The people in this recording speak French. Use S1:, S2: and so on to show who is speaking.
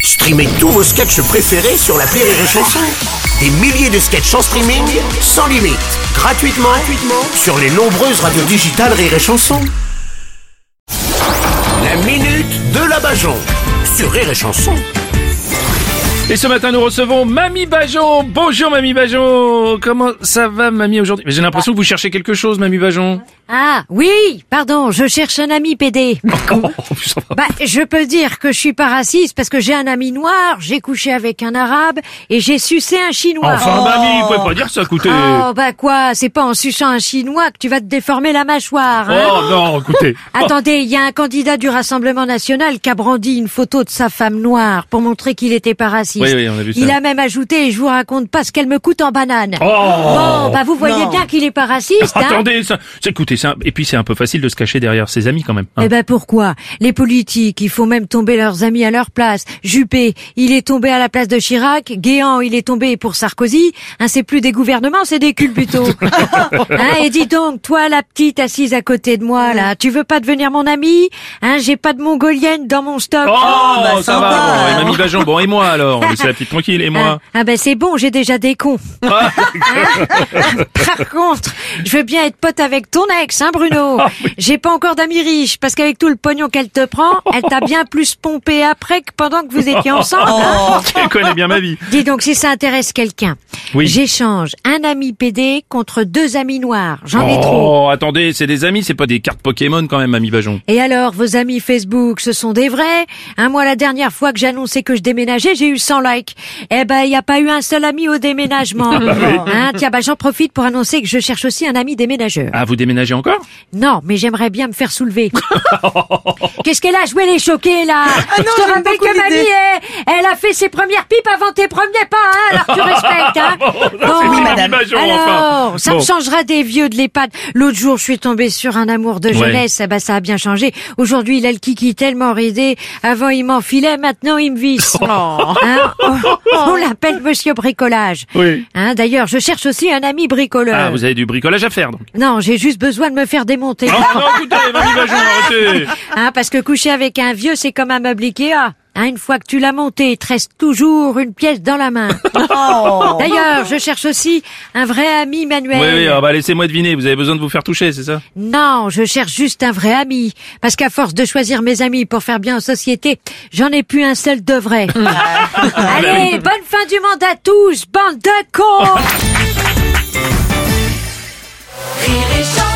S1: Streamez tous vos sketchs préférés sur la Rire et Chanson. Des milliers de sketchs en streaming, sans limite, gratuitement, gratuitement sur les nombreuses radios digitales Rire et Chanson. La minute de la Bajon sur Rire et Chanson.
S2: Et ce matin, nous recevons Mamie Bajon. Bonjour, Mamie Bajon. Comment ça va, Mamie, aujourd'hui? Mais J'ai l'impression que vous cherchez quelque chose, Mamie Bajon.
S3: Ah oui, pardon, je cherche un ami PD.
S2: Oh,
S3: Bah, je peux dire que je suis pas raciste parce que j'ai un ami noir, j'ai couché avec un arabe et j'ai sucé un chinois.
S2: Enfin, Mamie, vous pouvez pas dire ça, écoutez.
S3: Oh bah quoi, c'est pas en suçant un chinois que tu vas te déformer la mâchoire. hein.
S2: Oh, non, écoutez.
S3: Attendez, il y a un candidat du Rassemblement National qui a brandi une photo de sa femme noire pour montrer qu'il était pas raciste.
S2: Oui, oui, on a vu ça.
S3: Il a même ajouté, je vous raconte pas ce qu'elle me coûte en banane.
S2: Oh.
S3: Bon, bah vous voyez bien qu'il est pas raciste. hein.
S2: Attendez, ça, c'est- écoutez, c'est un- et puis c'est un peu facile de se cacher derrière ses amis quand même. hein.
S3: Eh ben pourquoi Les politiques, il faut même tomber leurs amis à leur place. Juppé, il est tombé à la place de Chirac. Guéant, il est tombé pour Sarkozy. Hein, c'est plus des gouvernements, c'est des culs plutôt. hein, et dis donc, toi, la petite assise à côté de moi, là, tu veux pas devenir mon amie Hein, j'ai pas de mongolienne dans mon stock. Ah,
S2: Oh,
S4: bah,
S2: ça
S4: sympa,
S2: va, bon, et
S4: alors.
S2: Mamie Bajon, bon, et moi alors Laissez la petite tranquille, et
S3: Hein,
S2: moi Ah,
S3: ah ben c'est bon, j'ai déjà des cons. Hein Par contre, je veux bien être pote avec ton ex, hein Bruno.
S2: Ah,
S3: J'ai pas encore d'amis riches parce qu'avec tout le pognon qu'elle te prend, elle t'a bien plus pompé après que pendant que vous étiez ensemble. hein.
S2: Tu connais bien ma vie.
S3: Dis donc si ça intéresse quelqu'un.
S2: Oui.
S3: J'échange un ami PD contre deux amis noirs. J'en ai trop.
S2: Oh, attendez, c'est des amis, c'est pas des cartes Pokémon quand même, Mamie Bajon.
S3: Et alors, vos amis Facebook, ce sont des vrais hein, Moi, la dernière fois que j'annonçais que je déménageais, j'ai eu 100 likes. Eh ben, il n'y a pas eu un seul ami au déménagement. hein, tiens, bah, j'en profite pour annoncer que je cherche aussi un ami déménageur.
S2: Ah, vous déménagez encore
S3: Non, mais j'aimerais bien me faire soulever. Qu'est-ce qu'elle a joué les choqués, là
S2: Ah
S4: non,
S3: Je te
S4: j'aime
S3: rappelle
S4: beaucoup
S3: que mamie,
S4: l'idée.
S3: elle, elle a fait ses premières pipes avant tes premiers pas, hein alors tu respectes, hein
S2: Ah c'est mignon, Bajon,
S3: alors,
S2: enfin.
S3: ça
S2: Bon.
S3: me changera des vieux de l'EHPAD. L'autre jour, je suis tombée sur un amour de jeunesse, eh ben, ça a bien changé. Aujourd'hui, il a le kiki tellement ridé. Avant, il m'enfilait, maintenant, il me visse. Hein on on l'appelle Monsieur Bricolage.
S2: Oui.
S3: Hein, D'ailleurs, je cherche aussi un ami bricoleur.
S2: Ah, vous avez du bricolage à faire, donc.
S3: Non, j'ai juste besoin de me faire démonter.
S2: Oh, non, écoutez, Mamie Bajon, arrêtez
S3: Hein, parce que coucher avec un vieux, c'est comme un meuble Ikea. Hein, une fois que tu l'as monté, il te reste toujours une pièce dans la main. D'ailleurs, je cherche aussi un vrai ami manuel.
S2: Oui, oui, ah bah laissez-moi deviner, vous avez besoin de vous faire toucher, c'est ça
S3: Non, je cherche juste un vrai ami. Parce qu'à force de choisir mes amis pour faire bien en société, j'en ai plus un seul de vrai. Allez, bonne fin du monde à tous, bande de cons
S5: Rire et chanson.